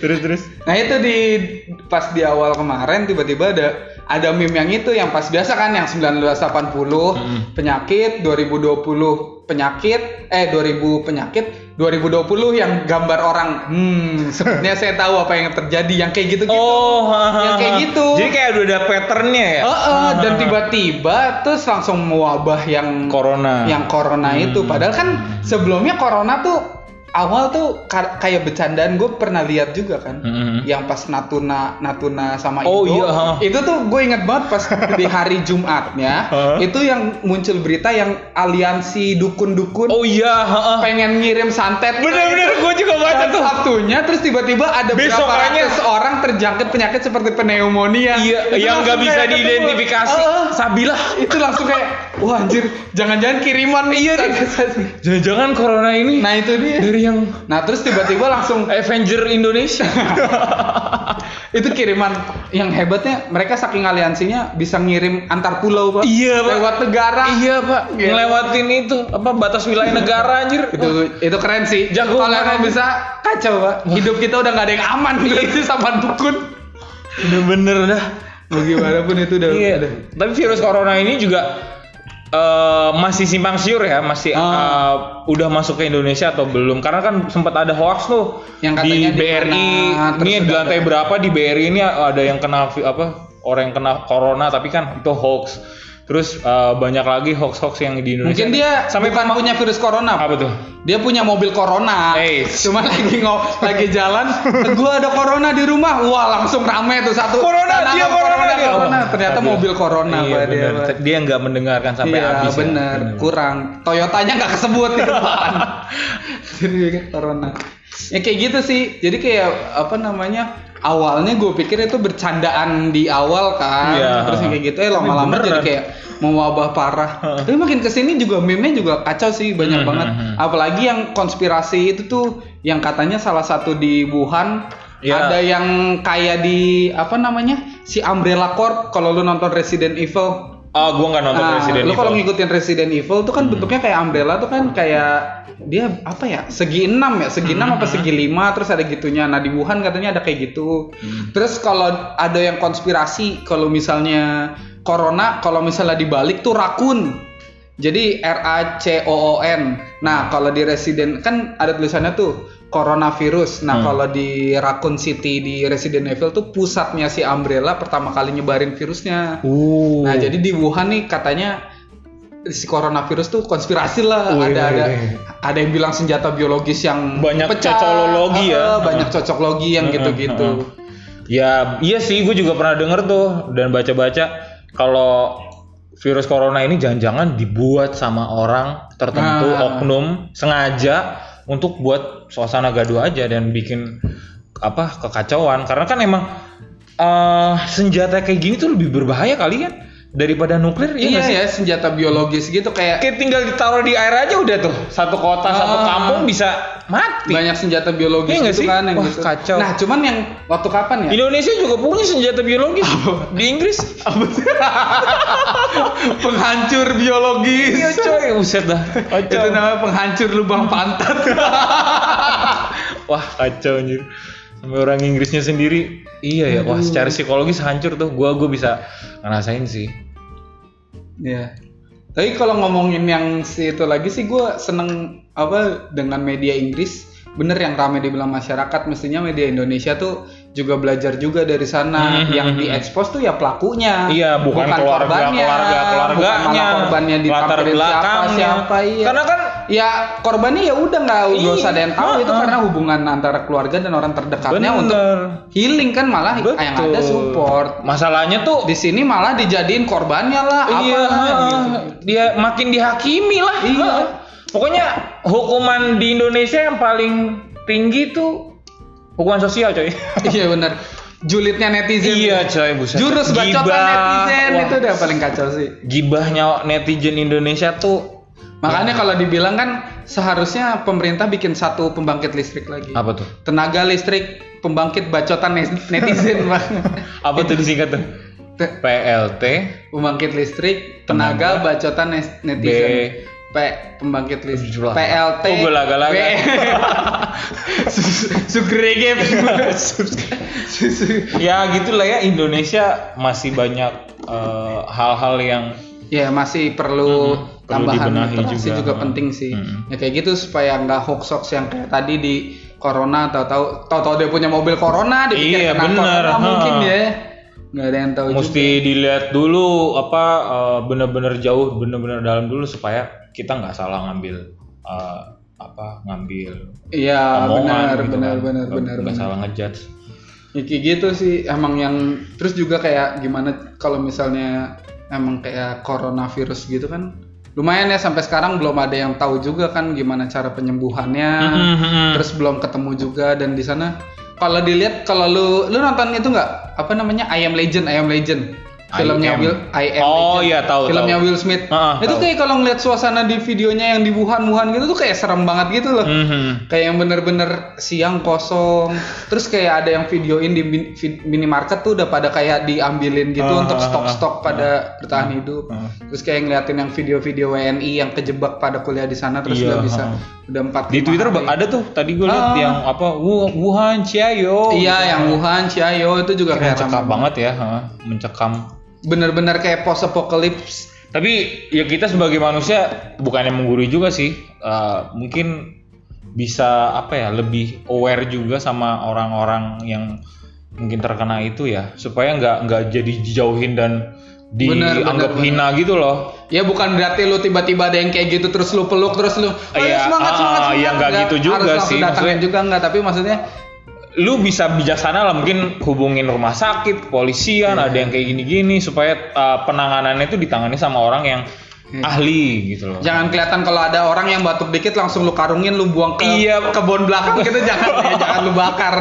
Speaker 1: terus terus.
Speaker 2: Nah itu di pas di awal kemarin tiba-tiba ada ada meme yang itu yang pas biasa kan yang 1980
Speaker 1: Mm.
Speaker 2: penyakit 2020 penyakit eh 2000 penyakit 2020 yang gambar orang hmm sepertinya saya tahu apa yang terjadi yang kayak gitu-gitu.
Speaker 1: Oh,
Speaker 2: Yang kayak gitu.
Speaker 1: Jadi kayak udah ada patternnya ya.
Speaker 2: Eh, eh, dan tiba-tiba terus langsung mewabah yang
Speaker 1: Corona.
Speaker 2: yang corona itu
Speaker 1: Hmm.
Speaker 2: padahal kan sebelumnya corona tuh awal tuh ka- kayak bercandaan gue pernah lihat juga kan
Speaker 1: Mhm.
Speaker 2: yang pas Natuna Natuna sama
Speaker 1: Oh,
Speaker 2: Indo
Speaker 1: iya, ha.
Speaker 2: itu tuh gue inget banget pas di hari Jumatnya
Speaker 1: Heeh.
Speaker 2: itu yang muncul berita yang aliansi dukun-dukun
Speaker 1: Oh iya, heeh.
Speaker 2: pengen ngirim santet
Speaker 1: Bener-bener gue juga baca
Speaker 2: Dan
Speaker 1: tuh.
Speaker 2: Sabtunya terus tiba-tiba ada berapa
Speaker 1: Besokannya.
Speaker 2: ratus orang terjangkit penyakit seperti pneumonia
Speaker 1: Iya,
Speaker 2: Itu
Speaker 1: yang nggak
Speaker 2: langsung
Speaker 1: bisa
Speaker 2: kayak ketemu. Ah,
Speaker 1: diidentifikasi.
Speaker 2: Heeh.
Speaker 1: Sabilah.
Speaker 2: itu langsung kayak wah anjir jangan-jangan kiriman iya
Speaker 1: Jangan-jangan corona ini
Speaker 2: nah itu dia
Speaker 1: dari yang
Speaker 2: Nah terus tiba-tiba langsung
Speaker 1: Avenger Indonesia.
Speaker 2: itu kiriman yang hebatnya mereka saking aliansinya bisa ngirim antar pulau pak.
Speaker 1: Iya, Pak.
Speaker 2: Lewat negara.
Speaker 1: iya pak,
Speaker 2: Iya.
Speaker 1: ngelewatin itu apa batas wilayah negara anjir.
Speaker 2: Itu itu keren sih.
Speaker 1: Jago
Speaker 2: Kalau
Speaker 1: banget.
Speaker 2: emang bisa kacau pak. Hidup kita udah nggak ada yang aman gitu sama dukun.
Speaker 1: Bener-bener dah.
Speaker 2: Bagaimanapun itu udah.
Speaker 1: Iya. Tapi virus corona ini juga eh, masih simpang siur ya, masih
Speaker 2: Ah.
Speaker 1: eh, udah masuk ke Indonesia atau belum? Karena kan sempat ada hoax tuh
Speaker 2: Yang
Speaker 1: di
Speaker 2: katanya di
Speaker 1: BRI.
Speaker 2: mana, terus
Speaker 1: ini di
Speaker 2: udah
Speaker 1: lantai berapa di BRI ini ada yang kena vi- apa? Orang yang kena corona tapi kan itu hoax. Terus eh, banyak lagi hoax-hoax yang di Indonesia.
Speaker 2: Mungkin dia
Speaker 1: sampai
Speaker 2: bukan punya virus corona. Pak.
Speaker 1: apa tuh?
Speaker 2: Dia punya mobil corona.
Speaker 1: Eh.
Speaker 2: Cuma lagi ngo lagi jalan, gua ada corona di rumah. Wah, langsung rame tuh satu.
Speaker 1: Corona,
Speaker 2: Tanaman
Speaker 1: dia corona, dia.
Speaker 2: corona.
Speaker 1: Wah,
Speaker 2: Ternyata
Speaker 1: stabil.
Speaker 2: mobil corona
Speaker 1: Iya,
Speaker 2: Pak, dia.
Speaker 1: bener.
Speaker 2: Pak.
Speaker 1: Dia nggak mendengarkan sampai
Speaker 2: iya,
Speaker 1: habis. ya.
Speaker 2: bener, kurang. Toyotanya nggak kesebut di depan. Jadi ingat corona. Ya kayak gitu sih. Jadi kayak apa namanya? Awalnya gue pikir itu bercandaan di awal kan,
Speaker 1: Iya.
Speaker 2: terus yang kayak gitu. Eh lama-lama
Speaker 1: Beneran.
Speaker 2: jadi kayak mewabah parah. Tapi makin kesini juga meme-nya juga kacau sih banyak
Speaker 1: Hmm,
Speaker 2: banget.
Speaker 1: hmm, hmm.
Speaker 2: Apalagi yang konspirasi itu tuh yang katanya salah satu di Wuhan
Speaker 1: Iya.
Speaker 2: ada yang kayak di apa namanya si Umbrella Corp kalau lu nonton Resident Evil
Speaker 1: Ah, gua nggak nonton
Speaker 2: Nah,
Speaker 1: Resident
Speaker 2: lu
Speaker 1: Evil.
Speaker 2: kalau
Speaker 1: Hmm.
Speaker 2: ngikutin Resident Evil tuh kan bentuknya kayak umbrella tuh kan kayak dia apa ya segi enam ya segi enam
Speaker 1: Hmm.
Speaker 2: apa segi lima terus ada gitunya nah di Wuhan katanya ada kayak gitu
Speaker 1: Hmm.
Speaker 2: terus kalau ada yang konspirasi kalau misalnya corona kalau misalnya dibalik tuh rakun jadi R A C O O N
Speaker 1: Hmm.
Speaker 2: nah kalau di Resident kan ada tulisannya tuh coronavirus nah
Speaker 1: Hmm.
Speaker 2: kalau di Raccoon City di Resident Evil tuh pusatnya si Umbrella pertama kali nyebarin virusnya
Speaker 1: Uh.
Speaker 2: Nah, jadi di Wuhan nih katanya si coronavirus tuh konspirasi lah.
Speaker 1: Wih,
Speaker 2: ada
Speaker 1: wih,
Speaker 2: ada
Speaker 1: wih.
Speaker 2: ada yang bilang senjata biologis yang
Speaker 1: Banyak cocokologi ya.
Speaker 2: Eh, banyak cocokologi yang
Speaker 1: Heeh,
Speaker 2: gitu-gitu.
Speaker 1: heeh. Ya, iya sih, gue juga pernah denger tuh dan baca-baca kalau virus corona ini jangan-jangan dibuat sama orang tertentu
Speaker 2: Nah.
Speaker 1: oknum sengaja untuk buat suasana gaduh aja dan bikin apa kekacauan karena kan emang eh senjata kayak gini tuh lebih berbahaya kali kan daripada nuklir
Speaker 2: Iya
Speaker 1: nggak sih?
Speaker 2: ya, senjata biologis gitu kayak
Speaker 1: Kayak tinggal ditaruh di air aja udah tuh satu kota satu
Speaker 2: Ah.
Speaker 1: kampung bisa mati
Speaker 2: banyak senjata biologis
Speaker 1: Iya nggak
Speaker 2: gitu
Speaker 1: sih?
Speaker 2: kan yang
Speaker 1: Wah,
Speaker 2: gitu.
Speaker 1: kacau.
Speaker 2: Nah, cuman yang waktu kapan ya?
Speaker 1: Indonesia juga punya senjata biologis di Inggris
Speaker 2: Penghancur biologis.
Speaker 1: Iya coy, buset dah.
Speaker 2: Itu namanya penghancur lubang pantat.
Speaker 1: Wah kacau anjir. Sampai orang Inggrisnya sendiri. Iya ya, wah secara psikologis hancur tuh. Gua gua bisa ngerasain sih.
Speaker 2: Iya. Tapi kalau ngomongin yang si itu lagi sih gue seneng apa dengan media Inggris. Bener yang ramai dibilang masyarakat, mestinya media Indonesia tuh juga belajar juga dari sana.
Speaker 1: Mhm.
Speaker 2: Yang diekspos tuh ya pelakunya.
Speaker 1: Iya, bukan, keluarga,
Speaker 2: korbannya,
Speaker 1: keluarga, keluarganya,
Speaker 2: bukan malah korbannya
Speaker 1: latar
Speaker 2: ditampilin siapa
Speaker 1: belakangnya.
Speaker 2: siapa iya.
Speaker 1: Karena kan
Speaker 2: ya korbannya ya udah nggak
Speaker 1: Iya,
Speaker 2: usah ada yang tahu itu
Speaker 1: heeh.
Speaker 2: karena hubungan antara keluarga dan orang terdekatnya
Speaker 1: bener.
Speaker 2: untuk healing kan malah yang ada support.
Speaker 1: Masalahnya tuh
Speaker 2: Di sini malah dijadiin korbannya lah,
Speaker 1: iya,
Speaker 2: apalah,
Speaker 1: heeh.
Speaker 2: gitu.
Speaker 1: dia makin dihakimi lah.
Speaker 2: Iya.
Speaker 1: heeh. Pokoknya hukuman di Indonesia yang paling tinggi tuh hukuman sosial, coy.
Speaker 2: iya benar julidnya netizen
Speaker 1: iya, coy, buset.
Speaker 2: jurus bacotan
Speaker 1: Gibah.
Speaker 2: netizen
Speaker 1: Wah,
Speaker 2: itu udah paling kacau sih
Speaker 1: gibahnya netizen Indonesia tuh
Speaker 2: makanya
Speaker 1: Iya.
Speaker 2: kalau dibilang kan seharusnya pemerintah bikin satu pembangkit listrik lagi
Speaker 1: apa tuh?
Speaker 2: tenaga listrik pembangkit bacotan net- netizen Bang.
Speaker 1: Apa tuh disingkat tuh?
Speaker 2: Te-
Speaker 1: PLT
Speaker 2: pembangkit listrik tenaga bacotan nes- netizen P pembangkit listrik
Speaker 1: Jumlah.
Speaker 2: PLT
Speaker 1: Oh, gelaga-laga.
Speaker 2: B. Sus- Sugrege Sus- sus-
Speaker 1: ya gitulah ya Indonesia masih banyak eh, hal-hal yang
Speaker 2: Ya masih perlu
Speaker 1: Mm-mm, Hmm, perlu
Speaker 2: tambahan
Speaker 1: dibenahi
Speaker 2: literasi
Speaker 1: juga. Hmm.
Speaker 2: juga, penting sih.
Speaker 1: Mm-mm.
Speaker 2: Ya kayak gitu supaya nggak hoax hoax yang kayak tadi di corona tahu-tahu tahu-tahu dia punya mobil corona dipikir
Speaker 1: Iya,
Speaker 2: kena
Speaker 1: bener,
Speaker 2: corona
Speaker 1: ha.
Speaker 2: mungkin ya. Nggak ada yang tahu
Speaker 1: mesti dilihat dulu apa eh, bener-bener jauh bener-bener dalam dulu supaya kita nggak salah ngambil eh, apa ngambil
Speaker 2: juga. Iya
Speaker 1: omongan
Speaker 2: benar
Speaker 1: gitu
Speaker 2: benar
Speaker 1: kan.
Speaker 2: benar
Speaker 1: Nggak-
Speaker 2: benar
Speaker 1: nggak
Speaker 2: benar.
Speaker 1: salah ngejudge
Speaker 2: Ya, kayak gitu sih emang yang terus juga kayak gimana kalau misalnya emang kayak coronavirus gitu kan lumayan ya sampai sekarang belum ada yang tahu juga kan gimana cara penyembuhannya.
Speaker 1: Mm-mm, mm-mm.
Speaker 2: Nah, terus belum ketemu juga dan di sana kalau dilihat kalau lu lu nonton itu nggak apa namanya I Am Legend I Am Legend
Speaker 1: I Am.
Speaker 2: filmnya Will I Am
Speaker 1: Oh,
Speaker 2: Legend.
Speaker 1: iya, tahu,
Speaker 2: filmnya
Speaker 1: tahu.
Speaker 2: Will Smith
Speaker 1: Ah,
Speaker 2: itu
Speaker 1: tahu.
Speaker 2: kayak kalau ngeliat suasana di videonya yang di Wuhan Wuhan gitu tuh kayak serem banget gitu loh
Speaker 1: Mhm.
Speaker 2: kayak yang bener-bener siang kosong terus kayak ada yang videoin di min- vid- minimarket tuh udah pada kayak diambilin gitu
Speaker 1: Ah,
Speaker 2: untuk
Speaker 1: ah,
Speaker 2: stok-stok pada bertahan hidup
Speaker 1: ah.
Speaker 2: terus kayak ngeliatin yang video-video WNI yang kejebak pada kuliah di sana terus
Speaker 1: Iya,
Speaker 2: udah bisa
Speaker 1: ah.
Speaker 2: udah empat
Speaker 1: di
Speaker 2: lima
Speaker 1: Twitter
Speaker 2: hari.
Speaker 1: ada tuh tadi gue lihat
Speaker 2: Ah.
Speaker 1: yang apa "Wu- Wuhan Ciao
Speaker 2: Iya, yang Wuhan, Chiayo itu juga kayak
Speaker 1: mencekam
Speaker 2: ramai.
Speaker 1: banget ya ha, mencekam
Speaker 2: Bener-bener kayak post apocalypse.
Speaker 1: Tapi ya kita sebagai manusia bukannya menggurui juga sih, Eh, mungkin bisa apa ya lebih aware juga sama orang-orang yang mungkin terkena itu ya, supaya nggak nggak jadi dijauhin dan
Speaker 2: Benar,
Speaker 1: dianggap
Speaker 2: benar,
Speaker 1: hina gitu loh.
Speaker 2: Ya bukan berarti lu tiba-tiba ada yang kayak gitu terus lu peluk terus lu "Ayo,
Speaker 1: Iya, ah, iya, nggak gitu juga
Speaker 2: harus langsung
Speaker 1: sih,
Speaker 2: datangin
Speaker 1: maksudnya-
Speaker 2: juga nggak tapi maksudnya
Speaker 1: Lu bisa bijaksana lah mungkin hubungin rumah sakit, kepolisian, ada yang kayak gini-gini supaya eh, penanganannya itu ditangani sama orang yang
Speaker 2: Iya.
Speaker 1: ahli gitu loh.
Speaker 2: jangan kelihatan kalau ada orang yang batuk dikit langsung lu karungin lu buang ke
Speaker 1: Iya.
Speaker 2: kebun belakang gitu jangan ya, jangan lu bakar.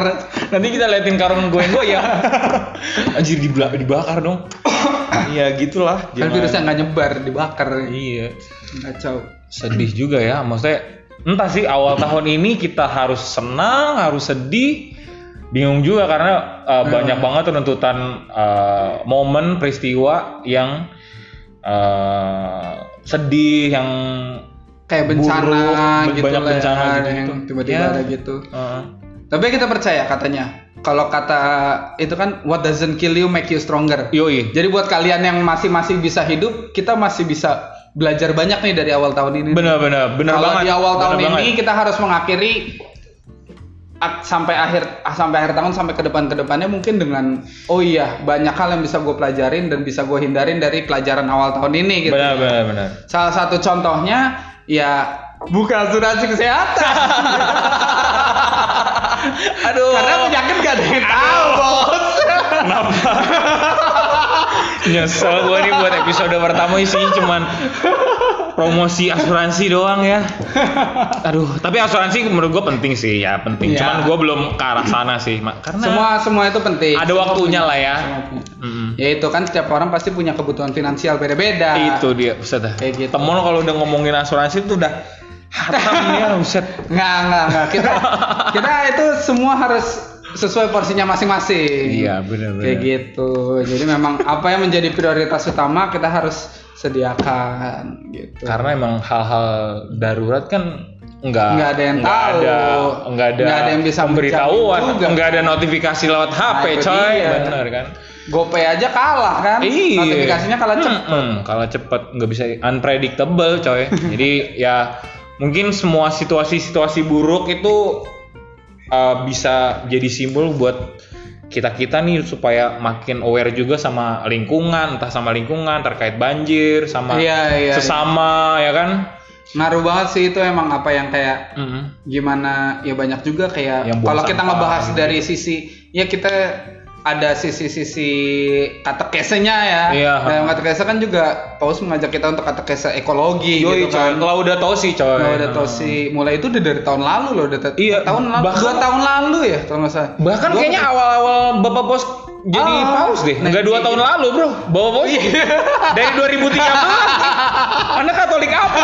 Speaker 1: Nanti kita liatin karung gue gue ya. Anjir dibla- dibakar dong. Iya gitulah.
Speaker 2: Kan
Speaker 1: jangan-
Speaker 2: virusnya nggak nyebar dibakar.
Speaker 1: Iya.
Speaker 2: Kacau.
Speaker 1: Sedih juga ya. Maksudnya entah sih awal tahun ini kita harus senang, harus sedih, bingung juga karena
Speaker 2: Hmm.
Speaker 1: uh, banyak banget tuntutan uh, momen peristiwa yang uh, sedih yang
Speaker 2: Kayak bencana
Speaker 1: Buruk,
Speaker 2: gitu
Speaker 1: banyak
Speaker 2: lah ya,
Speaker 1: bencana gitu-gitu.
Speaker 2: yang tiba-tiba
Speaker 1: Ya.
Speaker 2: ada gitu.
Speaker 1: uh,
Speaker 2: Tapi kita percaya katanya. Kalau kata itu kan what doesn't kill you make you stronger.
Speaker 1: yoi.
Speaker 2: Jadi buat kalian yang masih masih bisa hidup, kita masih bisa belajar banyak nih dari awal tahun ini.
Speaker 1: Bener-bener, bener
Speaker 2: Kalau
Speaker 1: banget.
Speaker 2: di awal
Speaker 1: bener
Speaker 2: tahun
Speaker 1: banget.
Speaker 2: ini gitu kita harus mengakhiri ak- sampai akhir ah, sampai akhir tahun sampai ke depan ke depannya mungkin dengan oh iya banyak hal yang bisa gue pelajarin dan bisa gue hindarin dari pelajaran awal tahun ini gitu.
Speaker 1: benar-benar benar.
Speaker 2: Salah satu contohnya ya buka asuransi kesehatan.
Speaker 1: Aduh.
Speaker 2: Karena penyakit gak ada yang tahu, bos.
Speaker 1: Kenapa? Nyesel gue nih buat episode pertama isinya cuman promosi asuransi doang ya. Aduh, tapi asuransi menurut gue penting sih ya, penting.
Speaker 2: Iya.
Speaker 1: Cuman gue belum ke arah sana sih, Mak. Karena
Speaker 2: Semua semua itu penting.
Speaker 1: Nah. ada
Speaker 2: Semua
Speaker 1: waktunya
Speaker 2: punya-
Speaker 1: lah ya.
Speaker 2: semua punya.
Speaker 1: Mm-mm.
Speaker 2: Ya itu kan setiap orang pasti punya kebutuhan finansial beda-beda.
Speaker 1: Itu dia, buset dah.
Speaker 2: Iya. Kayak gitu.
Speaker 1: Temen kalau udah ngomongin asuransi tuh udah hatam ya, buset.
Speaker 2: Nggak, nggak, nggak. Kita kita itu semua harus sesuai porsinya masing-masing.
Speaker 1: Iya, benar-benar.
Speaker 2: Kayak gitu. Jadi memang apa yang menjadi prioritas utama kita harus sediakan gitu.
Speaker 1: Karena emang hal-hal darurat kan nggak
Speaker 2: Nggak ada yang
Speaker 1: nggak
Speaker 2: tahu.
Speaker 1: ada nggak ada,
Speaker 2: Nggak ada yang bisa
Speaker 1: pemberitahuan
Speaker 2: menjamin juga. Nah,
Speaker 1: nggak ada notifikasi lewat HP
Speaker 2: itu
Speaker 1: coy
Speaker 2: dia.
Speaker 1: bener kan
Speaker 2: GoPay aja kalah kan?
Speaker 1: Iya.
Speaker 2: Notifikasinya kalah cepet.
Speaker 1: Mm-mm, kalah cepet nggak bisa unpredictable coy. Jadi ya mungkin semua situasi-situasi buruk itu uh, bisa jadi simbol buat kita kita nih supaya makin aware juga sama lingkungan, entah sama lingkungan terkait banjir, sama
Speaker 2: Iya, iya.
Speaker 1: sesama ya kan.
Speaker 2: Ngaruh banget sih itu emang apa yang kayak
Speaker 1: Mm-mm.
Speaker 2: gimana ya banyak juga
Speaker 1: Yang
Speaker 2: kayak
Speaker 1: buang
Speaker 2: kalau kita
Speaker 1: sampah
Speaker 2: ngebahas
Speaker 1: gitu.
Speaker 2: dari sisi ya kita ada sisi-sisi katekesenya ya.
Speaker 1: Iya.
Speaker 2: Dalam katekese kan juga Paus mengajak kita untuk katekese ekologi
Speaker 1: Yoi,
Speaker 2: gitu
Speaker 1: coy.
Speaker 2: kan.
Speaker 1: Kalau udah tau sih coy.
Speaker 2: Nah, udah tau sih mulai itu udah dari tahun lalu loh, udah ta-
Speaker 1: Iya,
Speaker 2: tahun lalu,
Speaker 1: bahkan-
Speaker 2: dua tahun lalu ya kalau nggak salah.
Speaker 1: Bahkan
Speaker 2: Dua-
Speaker 1: kayaknya awal-awal Bapak Bos jadi
Speaker 2: Ah.
Speaker 1: paus deh.
Speaker 2: Nah,
Speaker 1: Enggak dua
Speaker 2: iya.
Speaker 1: tahun lalu, Bro. Bapak Bos dari 2013. Anda Katolik apa?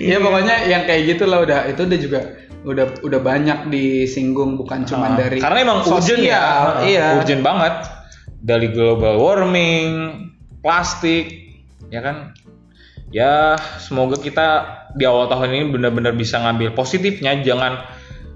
Speaker 2: Iya pokoknya yang kayak gitu lah udah itu udah juga udah udah banyak disinggung bukan cuma
Speaker 1: Ah,
Speaker 2: dari
Speaker 1: Karena emang urgent ya.
Speaker 2: sosial,
Speaker 1: Ah,
Speaker 2: Iya.
Speaker 1: Urgent banget. Dari global warming, plastik, ya kan? Ya, semoga kita di awal tahun ini benar-benar bisa ngambil positifnya, jangan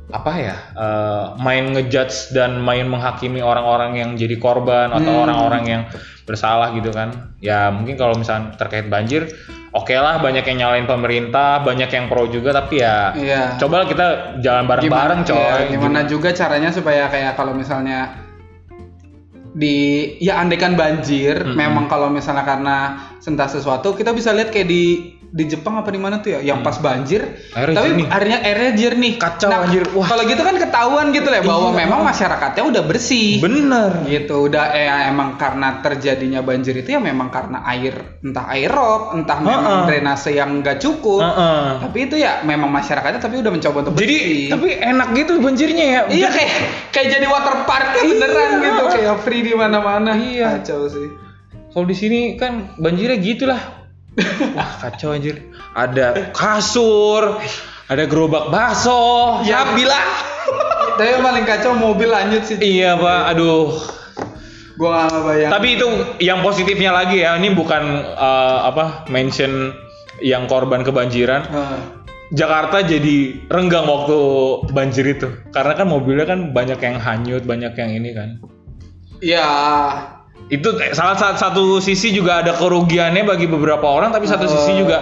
Speaker 1: apa ya eh, main ngejudge dan main menghakimi orang-orang yang jadi korban atau
Speaker 2: Hmm.
Speaker 1: orang-orang yang bersalah gitu kan ya mungkin kalau misalnya terkait banjir oke lah banyak yang nyalain pemerintah banyak yang pro juga tapi ya
Speaker 2: Iya.
Speaker 1: cobalah kita jalan bareng-bareng coy
Speaker 2: iya, gimana juga caranya supaya kayak kalau misalnya di ya andekan banjir
Speaker 1: Mm-mm.
Speaker 2: memang kalau misalnya karena sentas sesuatu kita bisa lihat kayak di di Jepang apa di mana tuh ya yang pas banjir
Speaker 1: Airnya
Speaker 2: tapi
Speaker 1: Mm. jernih.
Speaker 2: airnya airnya jernih
Speaker 1: Kacau, anjir. Wah.
Speaker 2: kalau gitu kan ketahuan gitu lah bahwa
Speaker 1: Iya.
Speaker 2: memang masyarakatnya udah bersih
Speaker 1: Bener.
Speaker 2: gitu udah eh, emang karena terjadinya banjir itu ya memang karena air entah air rob entah memang
Speaker 1: Heeh.
Speaker 2: drainase yang nggak cukup
Speaker 1: Heeh.
Speaker 2: tapi itu ya memang masyarakatnya tapi udah mencoba untuk
Speaker 1: Jadi
Speaker 2: bersih.
Speaker 1: tapi enak gitu banjirnya ya.
Speaker 2: iya kayak kayak jadi water park beneran
Speaker 1: Iya.
Speaker 2: gitu kayak free di mana-mana
Speaker 1: Iya.
Speaker 2: kacau sih
Speaker 1: Kalau di sini kan banjirnya gitulah. Wah kacau anjir. Ada kasur, ada gerobak bakso.
Speaker 2: Ya.
Speaker 1: sapi lah.
Speaker 2: tapi yang paling kacau mobil lanjut sih
Speaker 1: Iya pak, aduh.
Speaker 2: gua nggak bayang
Speaker 1: Tapi itu yang positifnya lagi ya. Ini bukan eh, apa mention yang korban kebanjiran. Jakarta jadi renggang waktu banjir itu. Karena kan mobilnya kan banyak yang hanyut, banyak yang ini kan.
Speaker 2: Iya
Speaker 1: itu eh, salah sa- satu sisi juga ada kerugiannya bagi beberapa orang tapi satu sisi
Speaker 2: Oh.
Speaker 1: juga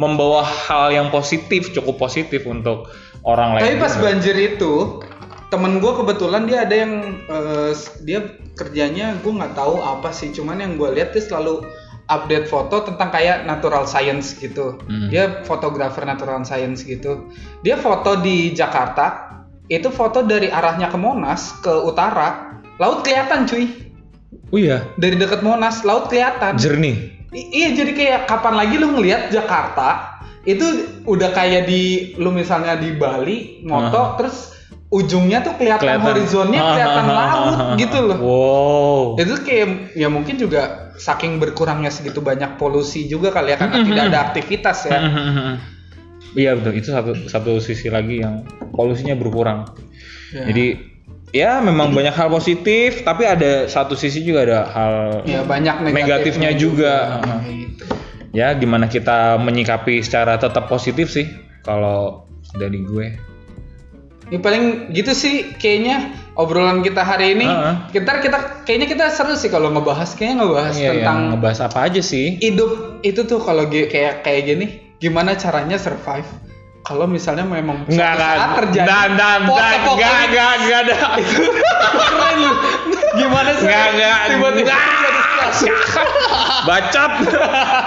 Speaker 1: membawa hal yang positif cukup positif untuk orang lain
Speaker 2: tapi pas
Speaker 1: juga.
Speaker 2: banjir itu temen gue kebetulan dia ada yang eh, s- dia kerjanya gue nggak tahu apa sih cuman yang gue lihat dia selalu update foto tentang kayak natural science gitu
Speaker 1: Hmm.
Speaker 2: dia fotografer natural science gitu dia foto di Jakarta itu foto dari arahnya ke Monas ke utara laut kelihatan cuy
Speaker 1: oh iya
Speaker 2: dari dekat Monas laut kelihatan
Speaker 1: jernih
Speaker 2: I- iya jadi kayak kapan lagi lu ngelihat Jakarta itu udah kayak di lu misalnya di Bali moto terus ujungnya tuh kelihatan, horizonnya kelihatan laut gitu loh.
Speaker 1: wow
Speaker 2: Itu kayak ya mungkin juga saking berkurangnya segitu banyak polusi juga kali ya
Speaker 1: Mhm,
Speaker 2: karena tidak ada aktivitas ya.
Speaker 1: iya betul itu satu satu sisi lagi yang polusinya berkurang
Speaker 2: Ya.
Speaker 1: Mhm. jadi ya memang
Speaker 2: Iya.
Speaker 1: banyak hal positif tapi ada satu sisi juga ada hal
Speaker 2: ya banyak
Speaker 1: negatifnya juga.
Speaker 2: juga.
Speaker 1: Heeh. ya gimana kita menyikapi secara tetap positif sih kalau dari gue
Speaker 2: Ya paling gitu sih kayaknya obrolan kita hari ini.
Speaker 1: Heeh.
Speaker 2: Kita kita kayaknya kita seru sih kalau ngebahas kayaknya ngebahas
Speaker 1: Iya,
Speaker 2: tentang
Speaker 1: yang ngebahas apa aja sih
Speaker 2: hidup itu tuh kalau gi- kayak kayak gini gimana caranya survive kalau misalnya memang suatu
Speaker 1: Enggak kan?
Speaker 2: saat terjadi Oh,
Speaker 1: Dan dan dan
Speaker 2: poke-poke.
Speaker 1: enggak enggak enggak ada.
Speaker 2: Keren lu. gimana sih
Speaker 1: Enggak enggak.
Speaker 2: tiba-tiba jadi kelas?
Speaker 1: Bacot.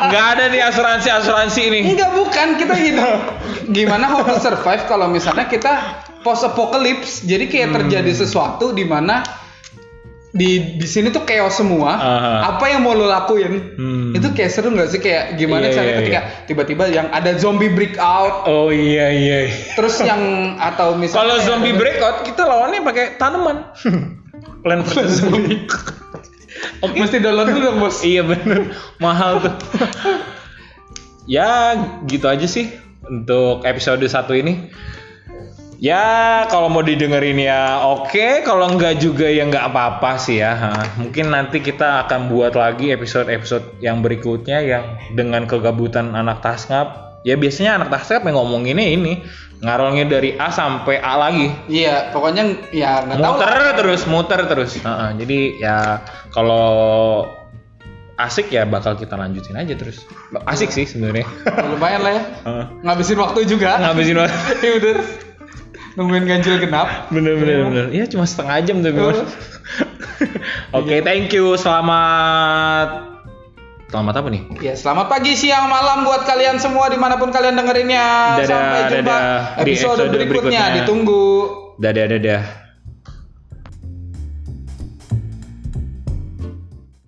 Speaker 1: Enggak ada nih asuransi-asuransi ini.
Speaker 2: enggak bukan kita hidup gimana how to survive kalau misalnya kita post apocalypse jadi kayak
Speaker 1: Hmm.
Speaker 2: terjadi sesuatu di mana di di sini tuh chaos semua
Speaker 1: Aha.
Speaker 2: apa yang mau lo lakuin
Speaker 1: Hmm.
Speaker 2: itu kayak seru nggak sih kayak
Speaker 1: Iya,
Speaker 2: gimana caranya
Speaker 1: iya,
Speaker 2: ketika tiba-tiba yang ada zombie breakout
Speaker 1: Oh iya iya.
Speaker 2: Terus yang atau misalnya
Speaker 1: Kalau zombie breakout kita lawannya pakai tanaman. Plan versus zombie.
Speaker 2: Oke. mesti download dulu dong, Bos.
Speaker 1: iya bener mahal tuh. ya gitu aja sih untuk episode satu ini. Ya kalau mau didengerin ya oke, kalau enggak juga ya enggak apa-apa sih ya. Ha, Mungkin nanti kita akan buat lagi episode-episode yang berikutnya yang dengan kegabutan anak Tasngap ya biasanya anak tasep yang ngomonginnya ini ngarolnya dari A sampai A lagi
Speaker 2: Iya, pokoknya ya nggak tahu
Speaker 1: muter
Speaker 2: lah.
Speaker 1: terus muter terus Heeh, jadi ya kalau asik ya bakal kita lanjutin aja terus asik sih sebenarnya
Speaker 2: Lumayan lah ya.
Speaker 1: Heeh.
Speaker 2: Ngabisin waktu juga.
Speaker 1: ngabisin waktu
Speaker 2: ya udah nungguin ganjil genap.
Speaker 1: bener bener bener ya cuma setengah jam tapi Mas.
Speaker 2: Oh.
Speaker 1: oke thank you selamat selamat apa nih
Speaker 2: Ya, selamat pagi, siang, malam buat kalian semua dimanapun kalian dengerinnya.
Speaker 1: Dadah,
Speaker 2: Sampai jumpa
Speaker 1: dadah. Di
Speaker 2: episode,
Speaker 1: episode
Speaker 2: berikutnya.
Speaker 1: berikutnya.
Speaker 2: Ditunggu.
Speaker 1: dadah dadah